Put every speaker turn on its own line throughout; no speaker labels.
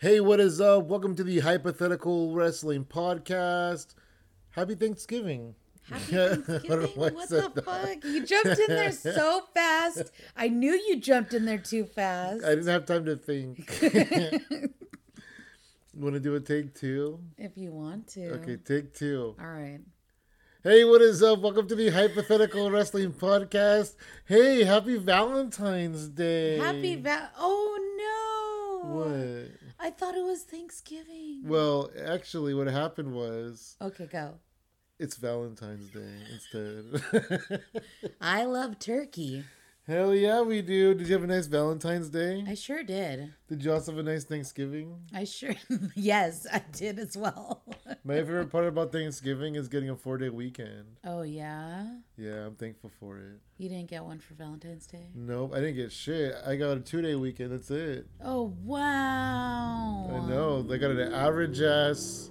Hey, what is up? Welcome to the Hypothetical Wrestling Podcast. Happy Thanksgiving.
Happy
Yeah, I don't know
Thanksgiving.
why I
What the
said that.
fuck? You jumped in there so fast. I knew you jumped in there too fast.
I didn't have time to think. Want to do a take two?
if you want to.
Okay, take two.
All right.
Hey, what is up? Welcome to the Hypothetical Wrestling Podcast. Hey, happy Valentine's Day.
Happy va- Oh no.
What?
I thought it was Thanksgiving.
Well, actually, what happened was
Okay, go.
it's Valentine's Day instead.
I love turkey.
Hell yeah, we do. Did you have a nice Valentine's Day?
I sure did.
Did you also have a nice Thanksgiving?
I sure Yes, I did as well.
My favorite part about Thanksgiving is getting a four day weekend.
oh yeah.
Yeah, I'm thankful for it.
You didn't get one for Valentine's Day.
Nope, I didn't get shit. I got a two day weekend. That's it.
Oh wow.
I know. They got an average ass,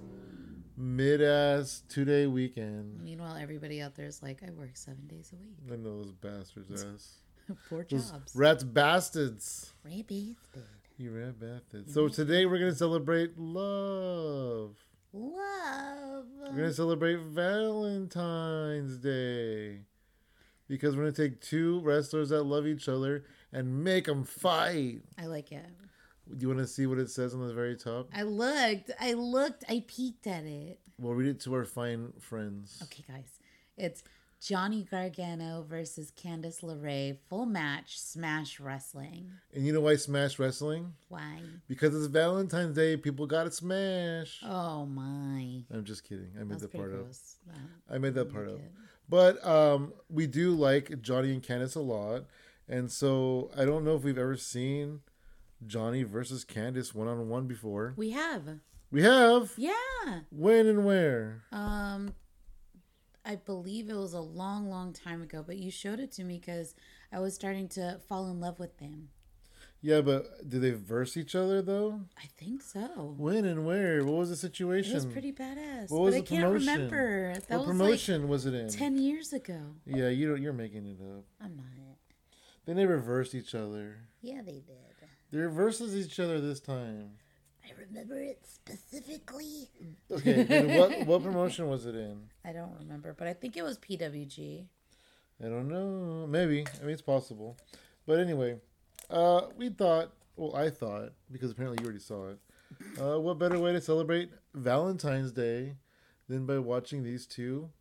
mid ass two day weekend.
Meanwhile, everybody out there is like, I work seven days a week.
I know those bastards ass.
Four
Those
jobs.
rats bastards.
Rabies, dude.
You rat bastards. So today we're gonna celebrate love.
Love.
We're gonna celebrate Valentine's Day because we're gonna take two wrestlers that love each other and make them fight.
I like it.
Do you want to see what it says on the very top?
I looked. I looked. I peeked at it.
We'll read it to our fine friends.
Okay, guys. It's Johnny Gargano versus Candice LeRae. Full match. Smash Wrestling.
And you know why Smash Wrestling?
Why?
Because it's Valentine's Day. People gotta smash.
Oh my.
I'm just kidding. I made
That's
that
pretty
part up.
gross. Wow.
I made that part up.
it.
But um, we do like Johnny and Candace a lot. And so I don't know if we've ever seen Johnny versus Candace one on one before.
We have.
We have.
Yeah.
When and where?
Um, I believe it was a long, long time ago, but you showed it to me because I was starting to fall in love with them.
Yeah, but did they verse each other though?
I think so.
When and where? What was the situation?
It was pretty badass.
What was
but I
the
can't
promotion?
remember. That
what
was
promotion was it in?
like 10 years ago.
Yeah, you don't, you're making it up.
I'm not.
They never versed each other.
Yeah, they did.
They verses each other this time.
I remember it specifically.
Okay, then what what promotion was it in?
I don't remember, but I think it was PWG.
I don't know. Maybe. I mean, it's possible. But anyway, uh, we thought. Well, I thought because apparently you already saw it. Uh, what better way to celebrate Valentine's Day than by watching these two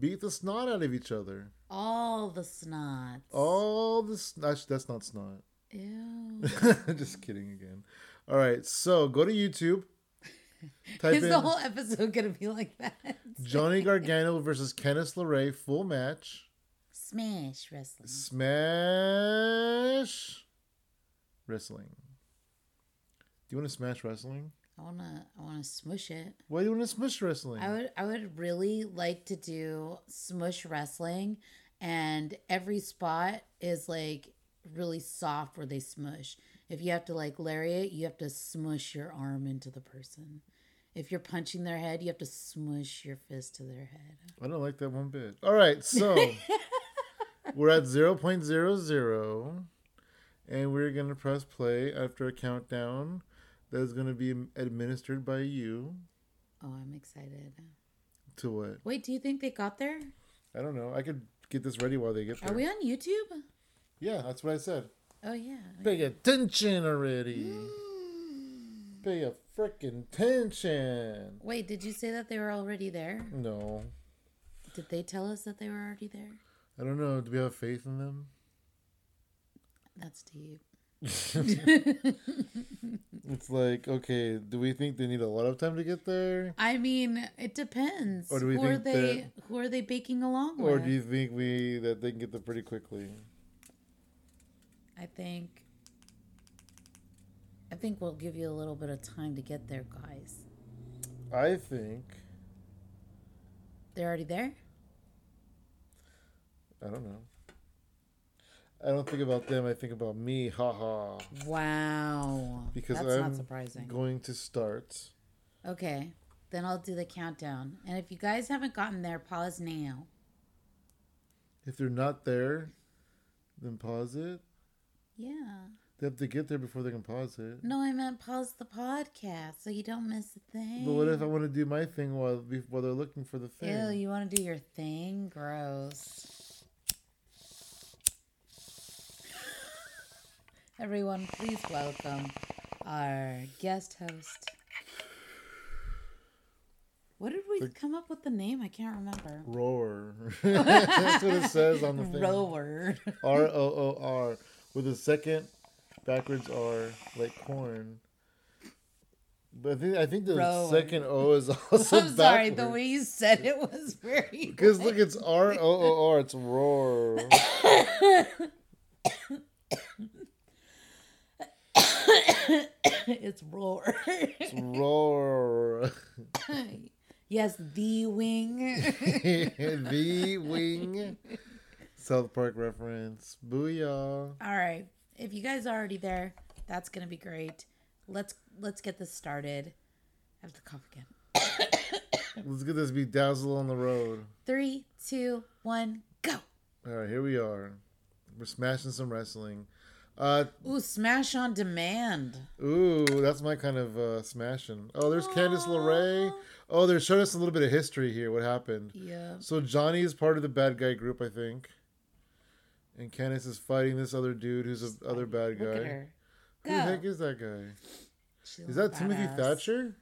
beat the snot out of each other?
All the snots.
Oh. All the sn- actually, that's not snot.
Ew.
Just kidding again. All right, so go to YouTube. Type
Is the
in
whole episode going to be like that?
Johnny Gargano versus Kenneth LeRae full match.
Smash wrestling.
Smash wrestling. Do you want to smash wrestling?
I want to I want to smush it.
Why do you want to smash wrestling?
I would I would really like to do smush wrestling and every spot is like really soft where they smush. If you have to like lariat, you have to smush your arm into the person. If you're punching their head, you have to smush your fist to their head.
I don't like that one bit. All right, so we're at 0.00 and we're going to press play after a countdown that is going to be administered by you
Oh, I'm excited.
to what?
Wait, do you think they got there?
I don't know. I could get this ready while they get there.
Are we on YouTube?
yeah, that's what I said.
Oh yeah.
Pay attention already.
Mm.
Pay a frickin' attention.
Wait, did you say that they were already there?
No.
Did they tell us that they were already there?
I don't know. Do we have faith in them?
That's deep.
It's like, okay, do we think they need a lot of time to get there?
I mean, it depends.
Or do we
who are
think
they? Who are they baking along
Or
with?
do you think we that they can get there pretty quickly?
I think. I think we'll give you a little bit of time to get there, guys.
I think
They're already there.
I don't know. I don't think about them, I think about me, haha.
Wow.
Because
that's
I'm
not surprising.
Going to start.
okay, then I'll do the countdown. And if you guys haven't gotten there, pause now.
If they're not there, then pause it.
Yeah.
They have to get there before they can pause it.
No, I meant pause the podcast so you don't miss a thing.
But what if I want to do my thing while while they're looking for the thing?
Ew, you want to do your thing? Gross. Everyone, please welcome our guest host. What did we come up with the name? I can't remember.
Roar. That's what it says on the thing.
Rower.
R O O R with a second backwards R like corn. But I think I think the
Roar.
second O is also
I'm sorry, the
backwards.
way you said it was very.
Because look, it's R O O R. It's roar.
it's roar.
It's roar.
yes, the wing.
the wing. South Park reference. Booyah.
All right. If you guys are already there, that's gonna be great. Let's let's get this started. I have to cough again.
Let's get this bedazzle on the road.
Three, two, one, go.
All right, here we are. We're smashing some wrestling. Uh,
Ooh, smash on demand.
ooh, that's my kind of uh, smashing. Oh, there's Candice LeRae. Oh, they showed us a little bit of history here. What happened?
Yeah.
So Johnny is part of the bad guy group, I think. And Candice is fighting this other dude who's a other bad
Look at
guy.
her.
Who the
Go.
heck is that guy?
She's
Is
a
that Timothy
badass.
Thatcher?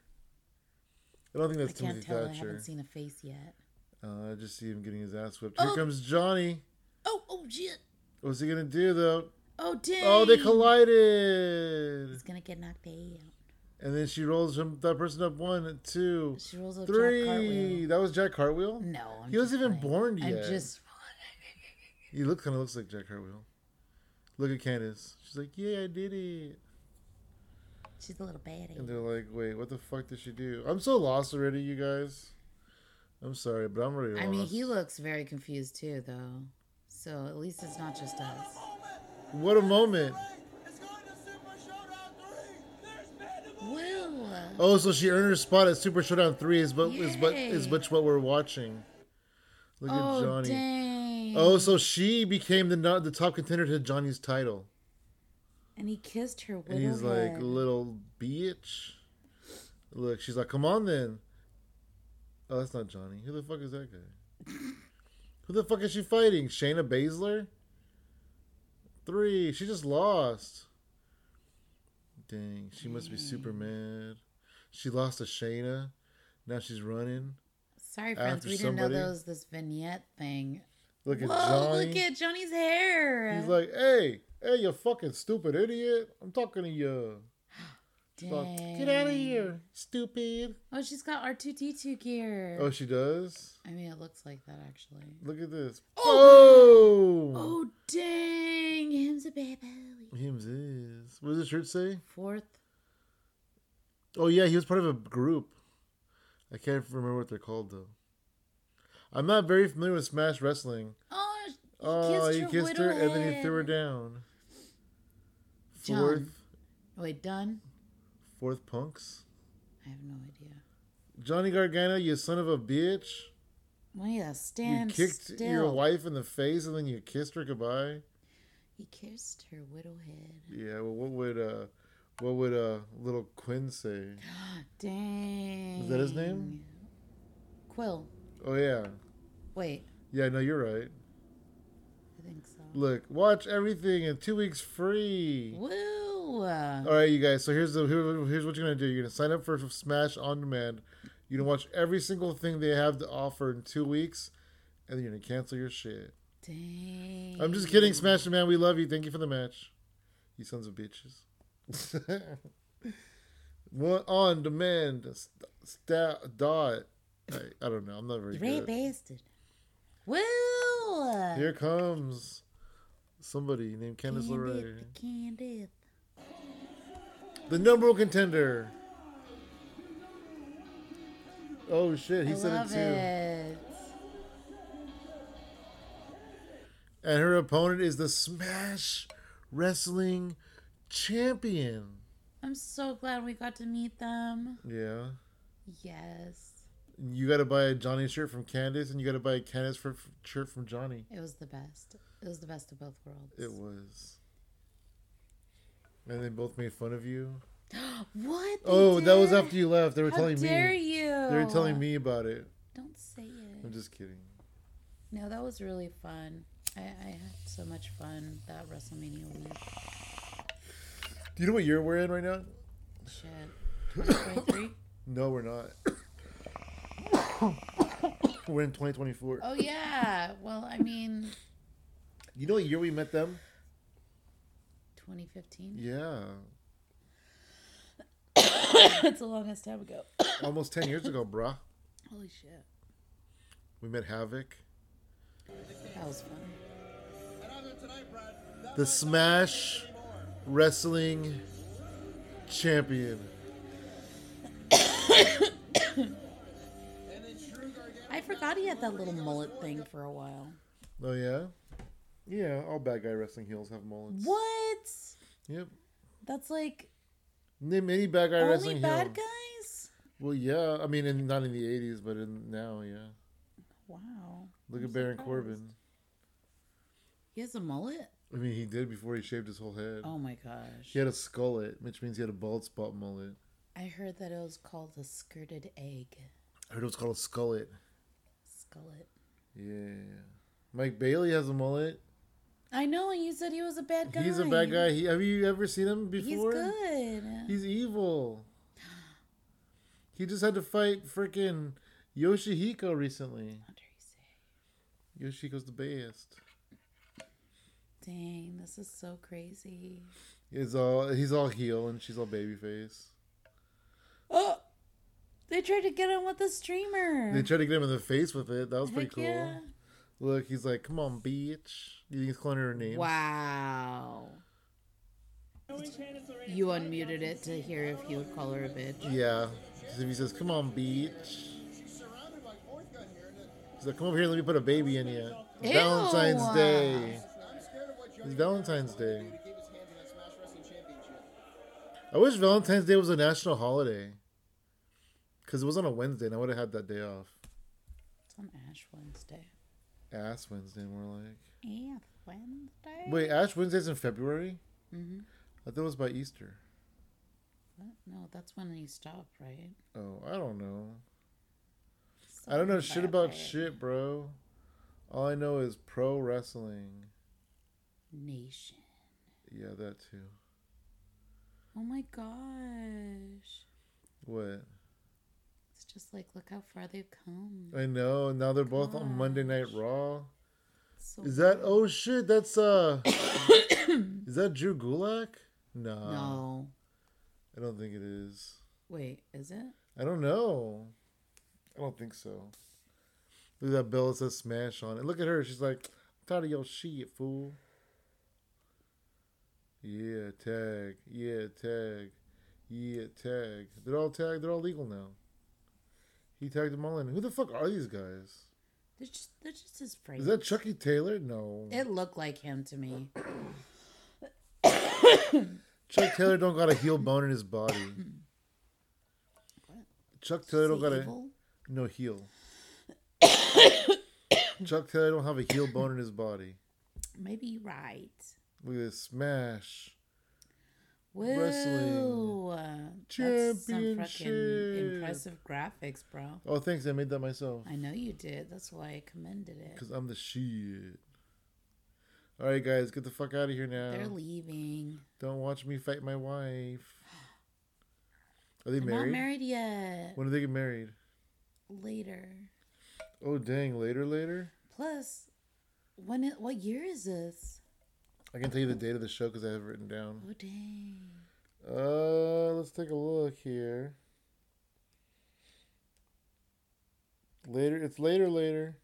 I don't think
I
that's
can't
Timothy
tell. I
Thatcher.
haven't seen a face yet.
Uh, I just see him getting his ass whipped.
Oh.
Here comes Johnny.
Oh, oh shit.
What's he gonna do though?
Oh dang.
Oh, they collided.
He's gonna get knocked out.
And then she rolls him that person up one, two,
She rolls up Jack
three.
Cartwheel.
That was Jack Cartwheel.
No, I'm
he wasn't
just
even
playing.
born
I'm
yet.
just.
He look kind of looks like Jack Cartwheel. Look at Candace. She's like, "Yeah, I did it."
She's a little
And
baddie.
they're like, "Wait, what the fuck did she do?" I'm so lost already, you guys. I'm sorry, but I'm already lost.
I mean, he looks very confused too, though. So at least it's not just us.
what a moment.
Well,
Oh, so she earned her spot at Super Showdown Three. Is but is but is
Yay.
but what we're watching. Look
oh
at Johnny.
dang!
Oh, so she became the no- the top contender to Johnny's title,
and he kissed her. Widow
and he's like,
head.
"Little bitch." Look, she's like, "Come on, then." Oh, that's not Johnny. Who the fuck is that guy? Who the fuck is she fighting? Shayna Baszler. Three. She just lost. Dang, she must be super mad. She lost to Shayna. Now she's running.
"Sorry, friends,
after
we didn't know
somebody-
there was this vignette thing."
Look at
Whoa!
Johnny.
Look at Johnny's hair.
He's like, "Hey, hey, you fucking stupid idiot! I'm talking to you." Fuck.
Dang.
Get out of here, stupid.
Oh, she's got R two D two gear.
Oh, she does?
I mean, it looks like that actually.
Look at this. Oh!
Oh dang! Him's a baby.
Hims is. What does the shirt say?
Fourth.
Oh, yeah, he was part of a group. I can't remember what they're called, though. I'm not very familiar with Smash Wrestling.
Oh, he
Oh,
kissed
he
her.
kissed her,
widow
and then he
head.
threw her down.
John.
Fourth,
Wait, done?
fourth punks.
I have no idea.
Johnny Gargano, you son of a bitch.
Well, yeah,
You
stand
kicked
still.
your wife in the face and then you kissed her goodbye.
He kissed her widow head.
Yeah, well, what would uh, what would uh, little Quinn say?
Dang.
that his name?
Quill.
Oh yeah,
Wait,
yeah. No, you're right.
I think so.
Look, watch everything in two weeks free.
Woo!
All right, you guys. So here's the here- here's what you're gonna do. You're gonna sign up for Smash on demand. You're gonna watch every single thing they have to offer in two weeks, and then you're gonna cancel your shit.
Dang.
I'm just kidding, Smash Demand. We love you. Thank you for the match. You sons of bitches. One on demand. St- st- dot. I, I don't know. I'm not very
Ray
good.
bastard. Woo!
Here comes somebody named Candice LeRae.
Candid, the candid.
The number one contender. Oh shit, he
I
said
love
it too.
it.
And her opponent is the Smash Wrestling Champion.
I'm so glad we got to meet them.
Yeah.
Yes.
You got to buy a Johnny shirt from Candace, and you got to buy a Candace for, f- shirt from Johnny.
It was the best. It was the best of both worlds.
It was. And they both made fun of you.
What? They
oh, that was
did?
after you left. They were
How
telling
dare
me.
you?
They were telling me about it.
Don't say
I'm
it.
just kidding.
No, that was really fun. I, I had so much fun that WrestleMania week.
Do you know what year we're in right now?
Shit. 2023?
No, we're not. we're in 2024.
oh, yeah. Well, I mean,
You know what year we met them?
2015.
Yeah,
That's the longest time ago.
almost 10 years ago, bruh.
Holy shit.
We met Havoc.
That was fun.
the Smash Wrestling Champion.
I forgot he had that little mullet thing for a while.
Oh yeah, yeah. All bad guy wrestling heels have mullets.
What?
Yep.
That's like
Name any bad guy
only
wrestling heel.
bad guys?
Well, yeah. I mean, in, not in the '80s, but in now, yeah.
Wow.
Look
I'm
at Baron
surprised.
Corbin.
He has a mullet?
I mean, he did before he shaved his whole head.
Oh my gosh.
He had a skullet, which means he had a bald spot mullet.
I heard that it was called a skirted egg.
I heard it was called a skullet.
Skullet.
Yeah. Mike Bailey has a mullet.
I know, and you said he was a bad guy.
He's a bad guy. He, have you ever seen him
He's
before?
good.
He's evil. He just had to fight freaking Yoshihiko recently.
What dare you say?
Yoshihiko's the best.
Dang, this is so crazy.
He's all he's all heel and she's all babyface.
Oh! They tried to get him with a streamer.
They tried to get him in the face with it. That was pretty
Heck
cool.
yeah.
Look, he's like, "Come on, bitch." You think he's calling her a name?
Wow. You unmuted it to hear if you would call her a bitch.
Yeah. So if he says, "Come on, bitch," he's like, "Come over here. Let me put a baby in you."
Ew.
Valentine's Day.
I'm scared of what
It's
Johnny
Valentine's Day.
did to keep his hands on that Smash Wrestling Championship.
I wish Valentine's Day was a national holiday. Because it was on a Wednesday and I would have had that day off.
It's on Ash Wednesday.
Ass Wednesday, more like.
Ash Wednesday?
Wait, Ash Wednesday's in February?
Mhm.
I thought it was by Easter.
What? No, that's when you stop, right?
Oh, I don't know. I don't know
Something
shit
like
about
that.
shit, bro. All I know is pro wrestling.
Nation.
Yeah, that too.
Oh my gosh.
What?
It's just like, look how far they've come.
I know. Now they're both on Monday Night Raw.
So
Is that. Oh shit, that's uh. is that Drew Gulak? Nah.
No.
I don't think it is.
Wait, is it?
I don't know. I don't think so. Look at that bell that says smash on it. Look at her. She's like, I'm tired of your shit, fool. Yeah, tag. Yeah, tag. Yeah, tag. They're all tagged. They're all legal now. He tagged them all in. Who the fuck are these guys?
They're just, they're just his friends.
Is that Chucky Taylor? No.
It looked like him to me.
Chuck Taylor don't got a heel bone in his body.
What?
Chuck Taylor don't
Is
got
he
a...
evil?
No heel. Chuck Taylor don't have a heel bone in his body.
Maybe you're right.
Look at this smash.
Whoa. That's some fucking
Championship.
impressive graphics, bro.
Oh, thanks. I made that myself
I know you did. That's why I commended it.
because I'm the shit. All right, guys, get the fuck out of here
They're
now.
leaving.
Don't watch me fight my wife. Are they
They're not
married?
married yet.
When do they get married?
Later.
Oh, dang! Later, later.
Plus, when it, what year is this?
I can tell you the date of the show because I have it written down.
Oh dang.
Uh, let's take a look here. Later, it's later, later.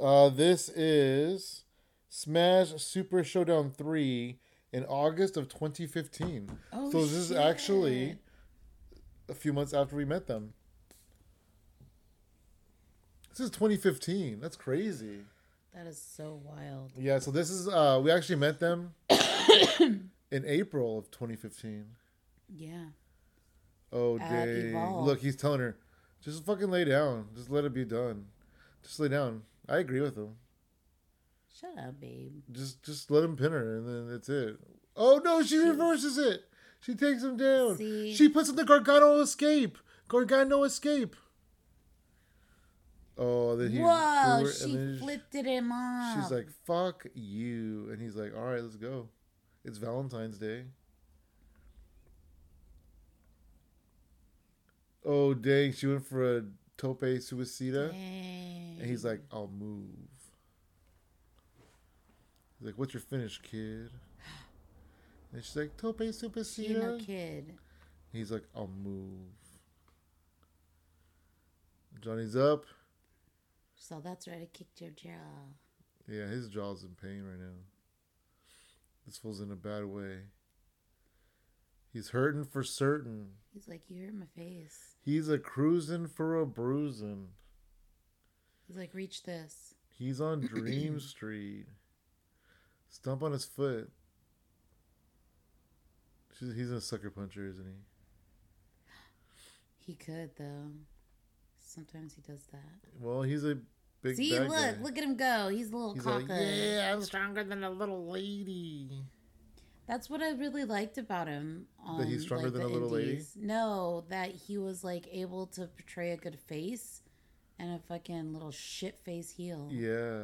Uh, this is Smash Super Showdown 3 in August of 2015.
Oh,
so this is actually
shit.
a few months after we met them. This is 2015. That's crazy.
That is so wild.
Yeah, so this is uh we actually met them in April of 2015.
Yeah.
Oh
at
dang!
Evolve.
Look, he's telling her, just fucking lay down. Just let it be done. Just lay down. I agree with him.
Shut up, babe.
Just just let him pin her, and then that's it. Oh no, she reverses it. She takes him down.
See?
She puts in the Gargano escape. Gargano escape. Oh, then he.
Whoa,
flew her-
she
and then
flipped it him off.
She's like, "Fuck you," and he's like, "All right, let's go. It's Valentine's Day." Oh dang, she went for a tope suicida, and he's like, "I'll move." He's like, "What's your finish, kid?" And she's like, "Tope
she no
suicida."
kid.
He's like, "I'll move." Johnny's up.
So that's right. I kicked your jaw.
Yeah, his jaw's in pain right now. This fool's in a bad way. He's hurting for certain.
He's like, you hurt my face.
He's a cruising for a bruising.
He's like, reach this.
He's on Dream Street. Stump on his foot. She's, he's a sucker puncher, isn't he?
He could though. Sometimes he does that.
Well, he's a big
See,
bad
look,
guy.
look at him go. He's a little
He's
cocker.
like, yeah, I'm stronger than a little lady.
That's what I really liked about him. On,
That he's stronger than
the
a little lady?
No, that he was like able to portray a good face and a fucking little shit face heel.
Yeah.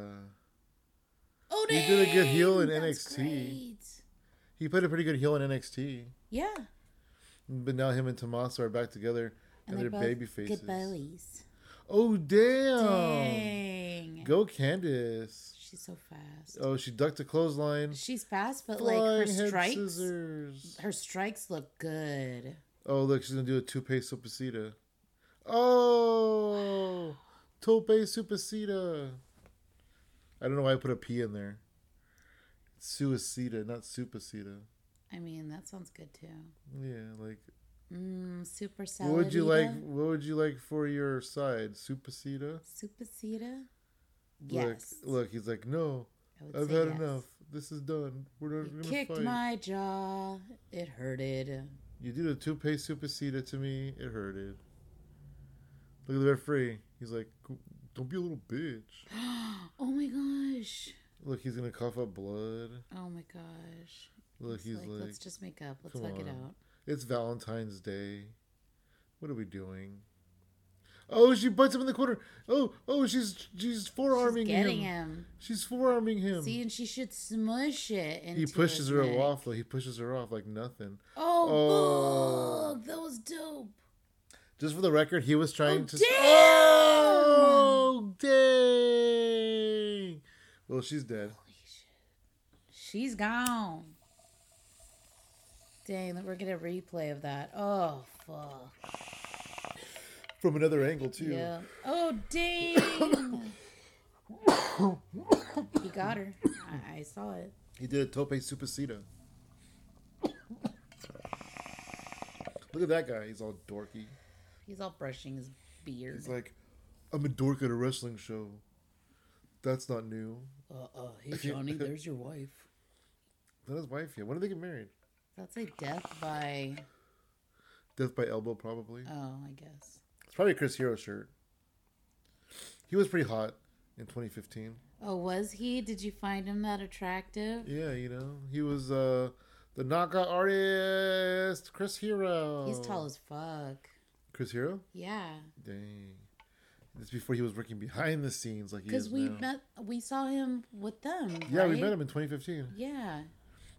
Oh,
He did a good heel in
dang,
NXT. He played a pretty good heel in NXT.
Yeah,
But now him and Tommaso are back together and,
they
they're
both
baby faces.
Good bellies.
Oh damn.
Dang,
Go Candice.
she's so fast.
Oh, she ducked a clothesline.
She's fast, but
Flying
like her
head
strikes,
scissors.
her strikes look good.
Oh look, she's gonna do a tope supersita. Oh tope supersita. I don't know why I put a P in there. Suicida, not supersita.
I mean, that sounds good too.
Yeah, like
Mm, super salad.
what would you like what would you like for your side? Supersita?
Supacita? Yes.
Look, look, he's like, no,
I would
I've
say
had
yes.
enough. This is done. We're not
You
gonna
kicked
fight.
my jaw. It hurted.
You did a two-pay superseda to me. It hurted. Look at the referee. He's like, don't be a little bitch.
Oh my gosh.
Look, he's gonna cough up blood.
Oh my gosh.
Look,
It's
he's
like,
like,
let's just make up. Let's
come
hug it
on.
out.
it's Valentine's Day. What are we doing? Oh, she butts him in the corner. Oh, oh, she's she's forearming
She's getting
him.
him.
She's forearming him.
See, and she should smush it. Into
he pushes
his
her
neck.
off. Like he pushes her off like nothing.
Oh,
Oh.
fuck, that was dope.
Just for the record, he was trying to.
Oh, damn!
Oh, dang! Well, she's dead.
Holy shit. She's gone. Dang, we're gonna replay of that. Oh fuck.
From another angle, too.
Yeah. Oh dang. he got her. I, I saw it.
He did a tope superseda. Look at that guy. He's all dorky.
He's all brushing his beard.
He's like, I'm a dork at a wrestling show. That's not new.
uh oh, hey Johnny, there's your wife.
Not his wife yet. When did they get married?
That's a death by
Death by elbow, probably.
oh, I guess.
It's probably a Chris Hero shirt. He was pretty hot in 2015.
Oh, was he? Did you find him that attractive?
Yeah, you know, he was uh the knockout artist, Chris Hero.
He's tall as fuck.
Chris Hero.
Yeah.
Dang, this before he was working behind the scenes like he
Because
is
we
now.
met, we saw him with them.
yeah, we
right?
met him in 2015.
Yeah,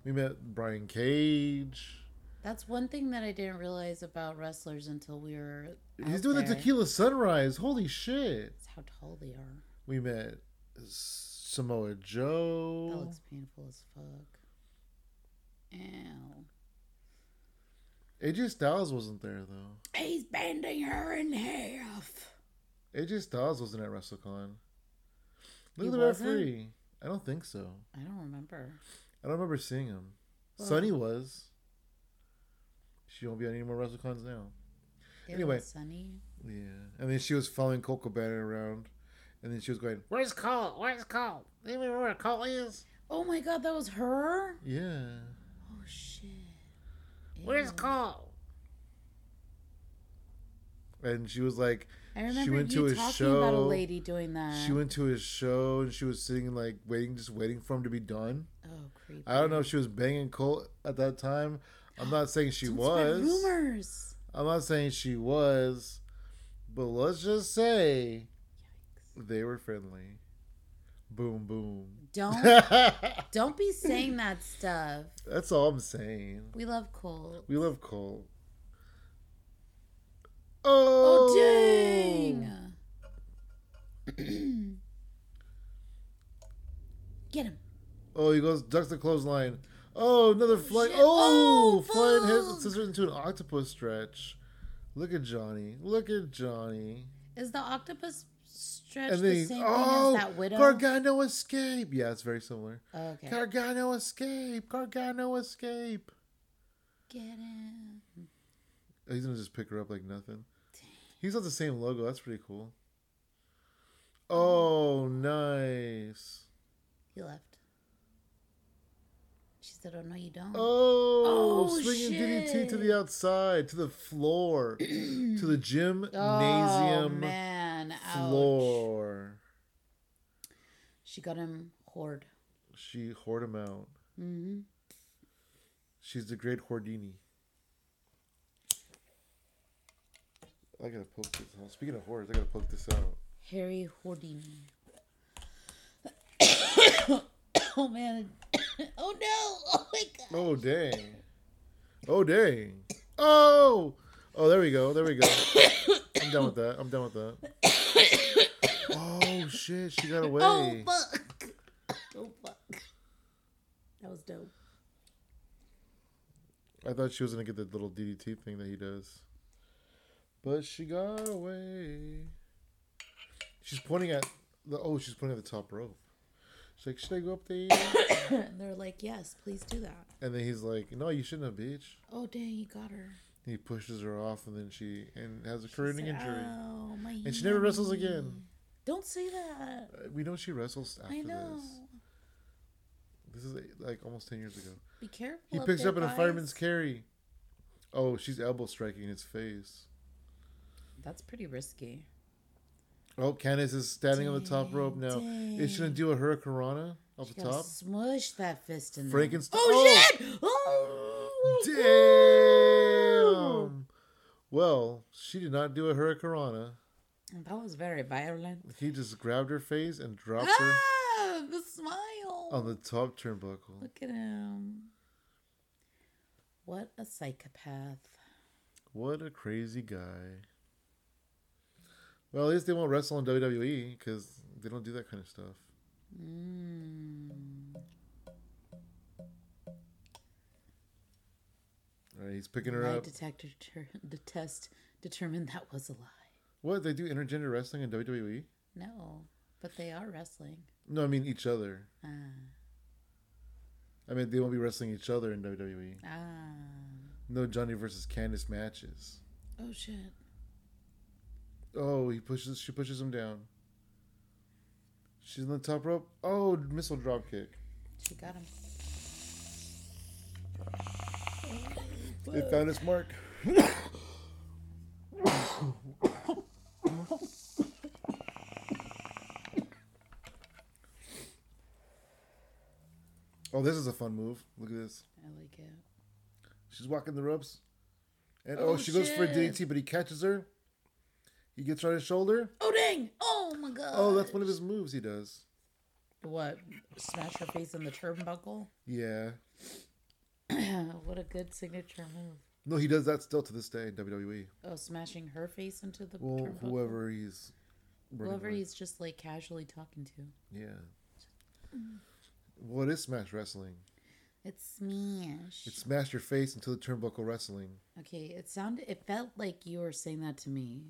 We met Brian Cage.
that's one thing that I didn't realize about wrestlers until we were.
He's
out
doing the
there,
Tequila Sunrise. Holy shit!
is How tall they are.
We met Samoa
That
Joe,
looks painful as fuck. Ow.
AJ Styles wasn't there though.
He's bending her in half.
AJ Styles wasn't at WrestleCon. Look
He
at the
wasn't?
referee. I don't think so.
I don't remember.
I don't remember seeing him.
Well-
Sunny was. She won't be on any more WrestleCons now.
They
Anyway.
look sunny.
Yeah. And then she was following Coco Bannon around. And then she was going, Where's Cole? Where's Cole? Leave me where Cole is.
Oh my god, that was her.
Yeah.
Oh shit.
Where's
Ew.
Cole? and she was like,
I
she
remember
went to
you
a
talking
show.
about a lady doing that.
she went to his show and she was sitting like waiting, just waiting for him to be done.
oh, creepy.
I don't know if she was banging Colt at that time. I'm not saying she
Don't spread
was.
rumors.
I'm not saying she was, but let's just say they were friendly. Boom, boom.
Don't
That's
don't be saying that stuff.
all I'm saying.
We love Colt.
We love Colt.
Oh,
Oh,
dang! Get him.
Oh, he goes ducks the clothesline. Oh, another flight.
shit.
Oh,
Oh,
flying
fuck.
head scissors into an octopus stretch. Look at Johnny. Look at Johnny.
Is the octopus stretch
And then,
the
he-
same
oh,
thing as that widow?
Gargano escape. Yeah, it's very similar.
okay.
Gargano escape. Gargano escape.
Get him.
Oh, He's gonna just pick her up like nothing. He's got the same logo. That's pretty cool. Oh, nice.
He left. She said, "Oh no, you don't."
Oh,
Oh,
swinging DDT to
shit.
the outside, to the floor, to the
Oh,
gymnasium
man, ouch.
floor.
She got him hoard.
She hoard him out.
hmm
She's the great Hordini. I gotta poke this out. Speaking of hordes, I gotta poke this out.
Harry Houdini. oh man. oh no. Oh my god.
Oh dang. Oh dang. Oh. Oh, there we go. There we go. I'm done with that. I'm done with that. Oh shit! She got away.
Oh fuck. Oh fuck. That was dope.
I thought she was gonna get the little DDT thing that he does, but she got away. She's pointing at the oh, she's pointing at the top rope. She's like, "Should I go up there?"
And they're like, "Yes, please do that."
and then he's like, "No, you shouldn't have, bitch."
Oh dang, he got her.
And he pushes her off, and then she and has a corroding
Said,
injury,
Oh my.
and she never wrestles
yummy."
again.
Don't say that.
Uh, We know she wrestles after
I know.
this. This is uh, like almost ten years ago.
Be careful.
He picks
there,
up in a
guys.
fireman's carry. Oh, she's elbow striking his face.
That's pretty risky.
Oh, Candice is standing on the top
Dang,
rope now. Is she gonna
dang.
do a hurricanrana off the
You gotta
top?
smush that fist in there.
Frankenstein.
Oh, shit! Oh,
Damn. Well, she did not do a hurricanrana.
That was very violent.
He just grabbed her face and dropped her
Ah, the smile.
on the top turnbuckle.
Look at him. What a psychopath.
What a crazy guy. Well, at least they won't wrestle in WWE because they don't do that kind of stuff.
Mm.
All right, he's picking her
Lie
up.
detector ter- the test determined that was a lie.
What they do intergender wrestling in WWE?
No, but they are wrestling.
No, I mean each other.
Ah,
I mean they won't be wrestling each other in E. WWE.
ah.
No Johnny versus Candice matches.
Oh shit.
Oh, he pushes. She pushes him down. She's on the top rope. Oh, missile drop kick.
She got him.
It found its mark. oh, this is a fun move. Look at this.
I like it.
She's walking the ropes, and oh,
Oh,
she goes for a
shit.
DDT, but he catches her. He gets her on his shoulder.
Oh dang! Oh my god.
Oh, that's one of his moves he does.
What? Smash her face on the turnbuckle?
Yeah.
what a good signature move.
No, he does that still to this day in E. WWE.
Oh, smashing her face into the
Well,
turnbuckle.
whoever he's. running
Whoever
with.
he's just like casually talking to.
Yeah. What is Smash Wrestling?
It's smash.
It's smash your face into the turnbuckle wrestling.
okay, it sounded it felt like you were saying that to me.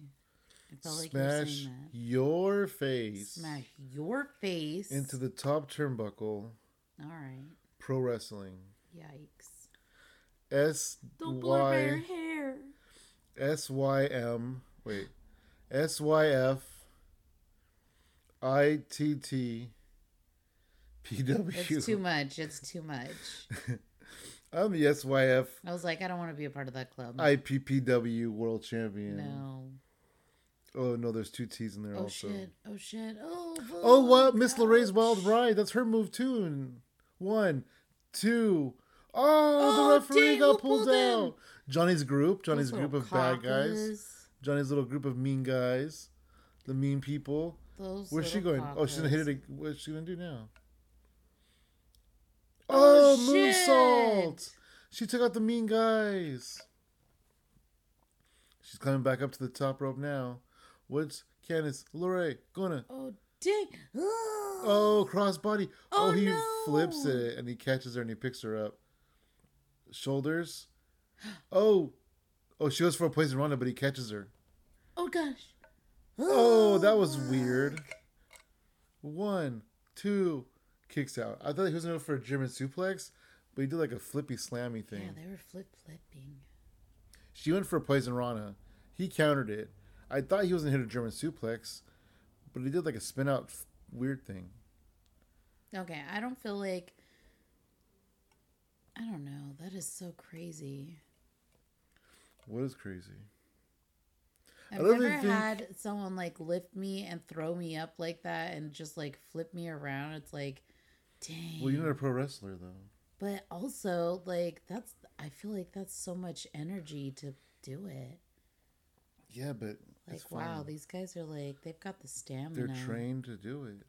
It felt like you were
smash
saying that.
your face
Smash your face
into the top turnbuckle.
All right.
Pro wrestling.
Yikes.
S
Don't blur my
Y
hair.
S Y M. Wait. S Y F. I T T. P
It's too
W.
much. It's too much.
I'm the S Y F
I was like, I don't want to be a part of that club.
I P P W World Champion.
no.
Oh no, there's two T's in there
Oh
also.
shit! Oh shit! Oh.
Oh what? Miss
God.
Lorraine's wild ride. That's her move too. And one, two. Oh,
Oh,
the referee
dang, who
got pulled
pulled him?
out. Johnny's group. Johnny's
Those
group
little
of bad guys.
cockers.
Johnny's little group of mean guys. The mean people.
Those.
Where's she
little
going? Oh, she's gonna hit it.
cockers.
ag- What's she gonna do now?
Oh,
Oh, moonsault!
shit.
She took out the mean guys. She's climbing back up to the top rope now. What's Candice Lorraine gonna?
Oh dang! Oh.
Oh, crossbody. Oh,
Oh,
he
no.
flips it and he catches her and he picks her up. Shoulders. Oh, oh, she goes for a poison Ronda, but he catches her.
Oh gosh.
Oh, that was weird. One, two, kicks out. I thought he was going to go for a German suplex, but he did like a flippy slammy thing.
Yeah, they were flip flipping.
She went for a poison Rana. He countered it. I thought he was going to hit a German suplex, but he did like a spin out f- weird thing.
Okay, I don't feel like. I don't know. That is so crazy.
What is crazy?
I've
don't
never
even think-
had someone like lift me and throw me up like that and just like flip me around. It's like, dang.
Well, you're not a pro wrestler, though.
But also, like, that's, I feel like that's so much energy to do it.
Yeah, but
Like,
it's
wow,
fine.
these guys are like, they've got the stamina.
They're trained to do it.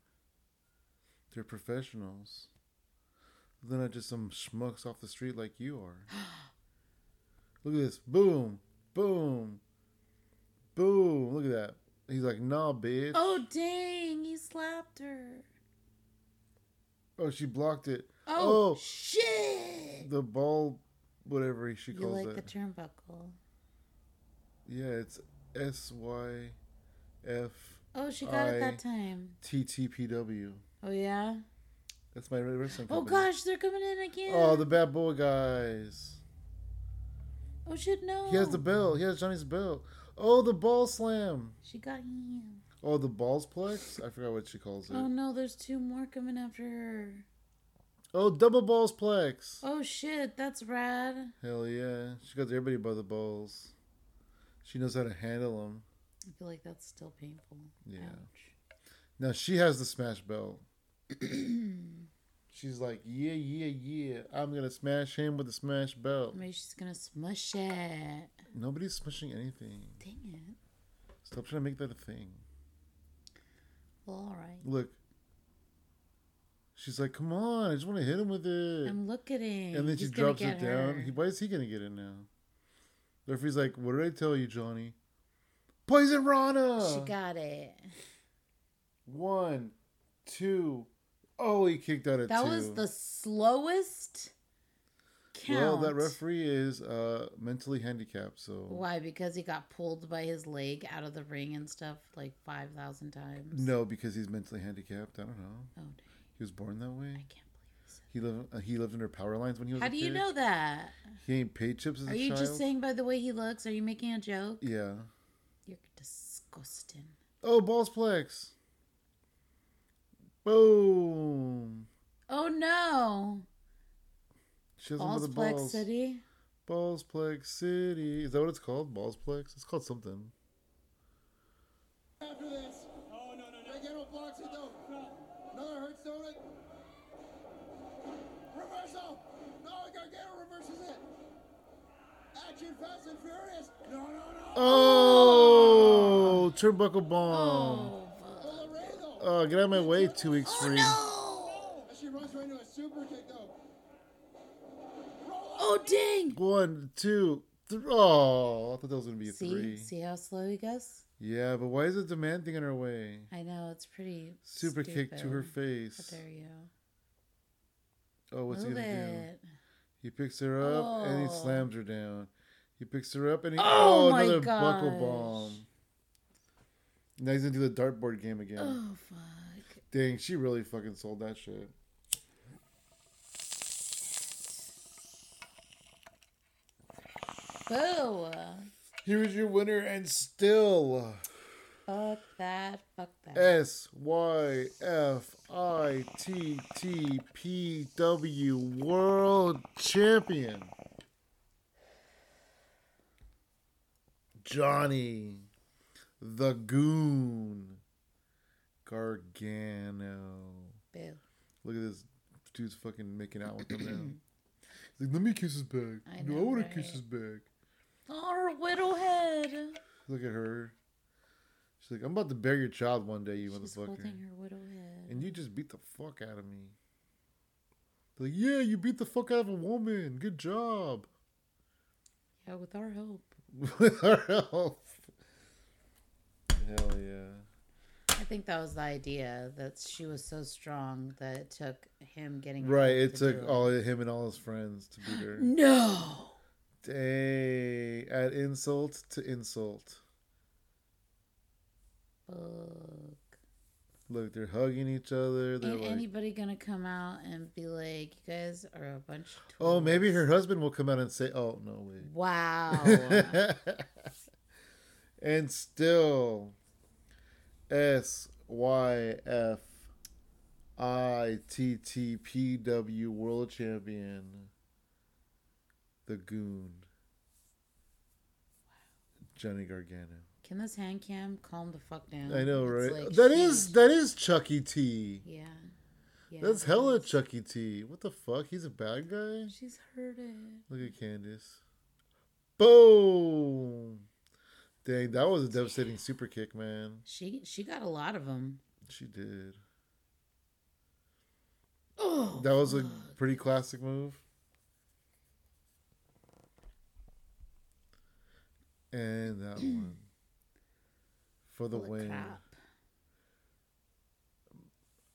They're professionals. They're not just some schmucks off the street like you are. Look at this. Boom. Boom. Boom. Look at that. He's like, nah, bitch.
Oh, dang, he slapped her.
Oh, she blocked it.
Oh,
Oh.
shit.
The ball, whatever she
You
calls
like
it.
the turnbuckle.
yeah, it's S Y F
Oh, she got it
I-
that time.
T T P W.
Oh, yeah?
That's my wrestling
Oh,
company.
gosh, they're coming in again.
Oh, the bad boy guys.
oh, shit, no.
He has the belt. He has Johnny's belt. Oh, the ball slam.
She got him.
Oh, the balls plex. I forgot what she calls it.
Oh no, there's two more coming after her.
Oh, double balls plex.
Oh shit, that's rad.
Hell yeah, she got everybody by the balls. She knows how to handle them.
I feel like that's still painful.
Yeah.
Ouch.
Now she has the smash belt. She's like, yeah, yeah, yeah. I'm gonna smash him with the smash belt.
Maybe she's gonna smush it. Dang
Nobody's smashing anything.
it.
Stop trying to make that a thing.
Well, all right.
Look. She's like, come on, I just want to hit him with it.
I'm looking.
And then she
He's gonna
drops it
get
down.
her.
He, why is he gonna get it now? The referee's like, "What did I tell you, Johnny? Poison Rana."
She got it.
one, two. Oh, he kicked out at
That
two.
was the slowest
well.
count.
That referee is uh mentally handicapped, so
Why? Because he got pulled by his leg out of the ring and stuff like five thousand times.
no, because he's mentally handicapped. I don't know.
Oh, dang.
He was born that
I
way.
can't believe he said.
He lived. Uh, he lived under power lines when he was.
How
a
do you
kid.
know that?
He ain't paid chips as
Are
a
you
child.
just saying by the way he looks? Are you making a joke?
Yeah.
You're disgusting.
Oh, ballsplex. Boom.
Oh no!
She has him with
Balls
the
Plex
balls.
City.
Ballsplex City. Is that what it's called? Ballsplex? It's called something.
After this. Oh, no, no, no. Gargano blocks it, though. Another hurts Sonic. Reversal. No, Gargano reverses it. Action fast and furious. No, no, no.
Oh! Turnbuckle bomb.
Oh. fuck.
Oh, Laredo.
Oh, get out of my way, two weeks free.
Oh
And she runs right into a super kick, though.
no! Oh dang!
One, two, three. Oh, I thought that was going to be a
See,
three.
see how slow he goes.
Yeah, but why is the demand thing in her way?
I know it's pretty.
Super kick to her
stupid. How
face.
dare you?
Oh, what's he
Move
going to do?
it.
He picks her up and he
Oh.
slams her down. He picks her up and he.
Oh
Oh,
my
another
gosh.
buckle bomb. Now he's going to do the dartboard game again.
Oh fuck!
Dang, she really fucking sold that shit.
Boo!
Here's your winner, and still
Fuck that! Fuck that!
S Y F I T T P W World Champion Johnny The Goon. Gargano.
Boo.
Look at this dude's fucking making out with him now. He's like, let me kiss his back.
I
no, I
know,
want
right?
to kiss his back.
Oh, her widowhead.
Look at her. She's like, I'm about to bear your child one day, you
She's
motherfucker.
holding her widowhead.
And you just beat the fuck out of me. They're like, yeah, you beat the fuck out of a woman. Good job.
Yeah, with our help.
With our help. Hell yeah.
I think that was the idea that she was so strong that it took him getting her
Right,
help
it
to
took
do
all him and all his friends to beat her.
No.
Day add insult to insult.
Fuck.
Look, they're hugging each other. They're
Ain't
like,
anybody gonna come out and be like, "You guys are a bunch." Of
oh, maybe
twats."
her husband will come out and say, oh, no, wait.
Wow.
and still, S Y F I T T P W World Champion, the Goon, Johnny Gargano.
Can this hand cam calm the fuck down?
I know,
It's
right?
like
That
she-
is that is Chucky T.
Yeah. yeah.
That's hella Chucky T. What the fuck? He's a bad guy.
She's hurting.
Look at Candace. Boom. Dang, that was a devastating super kick, man.
She she got a lot of them.
She did.
Oh.
That was a pretty classic move. And that one. For the
holy
win.
crap.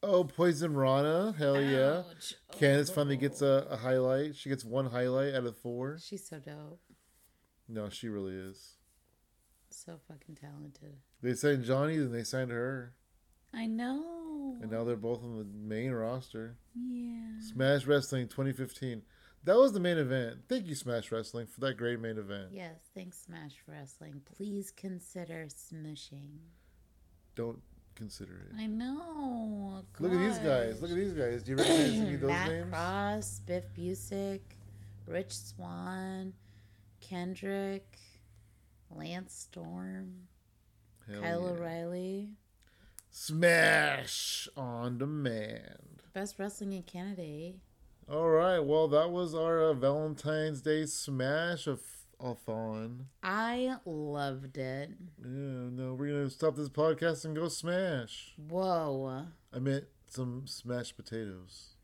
Oh, Poison Rana. Hell Oh, yeah.
Ouch.
Candace finally
Oh.
gets a, a highlight. She gets one highlight out of four.
She's so dope.
No, she really is.
So fucking talented.
They signed Johnny, then they signed her.
I know.
And now they're both on the main roster.
Yeah.
Smash Wrestling 2015. That was the main event. Thank you, Smash Wrestling, for that great main event.
Yes, thanks Smash for Wrestling. Please consider smushing.
Don't consider it.
I know.
Look at these guys.
gosh.
Look at these guys. Do you recognize any of those
Matt
names?
Cross, Biff Busick, Rich Swan, Kendrick, Lance Storm,
Hell
Kyle
yeah.
O'Reilly.
Smash on demand.
Best wrestling in Canada. eh?
All right. Well, that was our uh, Valentine's Day smash of a thon.
I loved it.
Yeah, no, we're gonna stop this podcast and go smash.
Whoa.
I meant some smashed potatoes.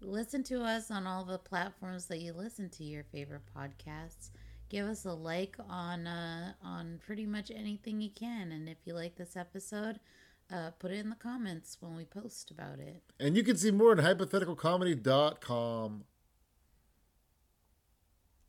Listen to us on all the platforms that you listen to your favorite podcasts. Give us a like on uh, on pretty much anything you can, and if you like this episode, uh, put it in the comments when we post about it.
And you can see more at hypotheticalcomedy.com.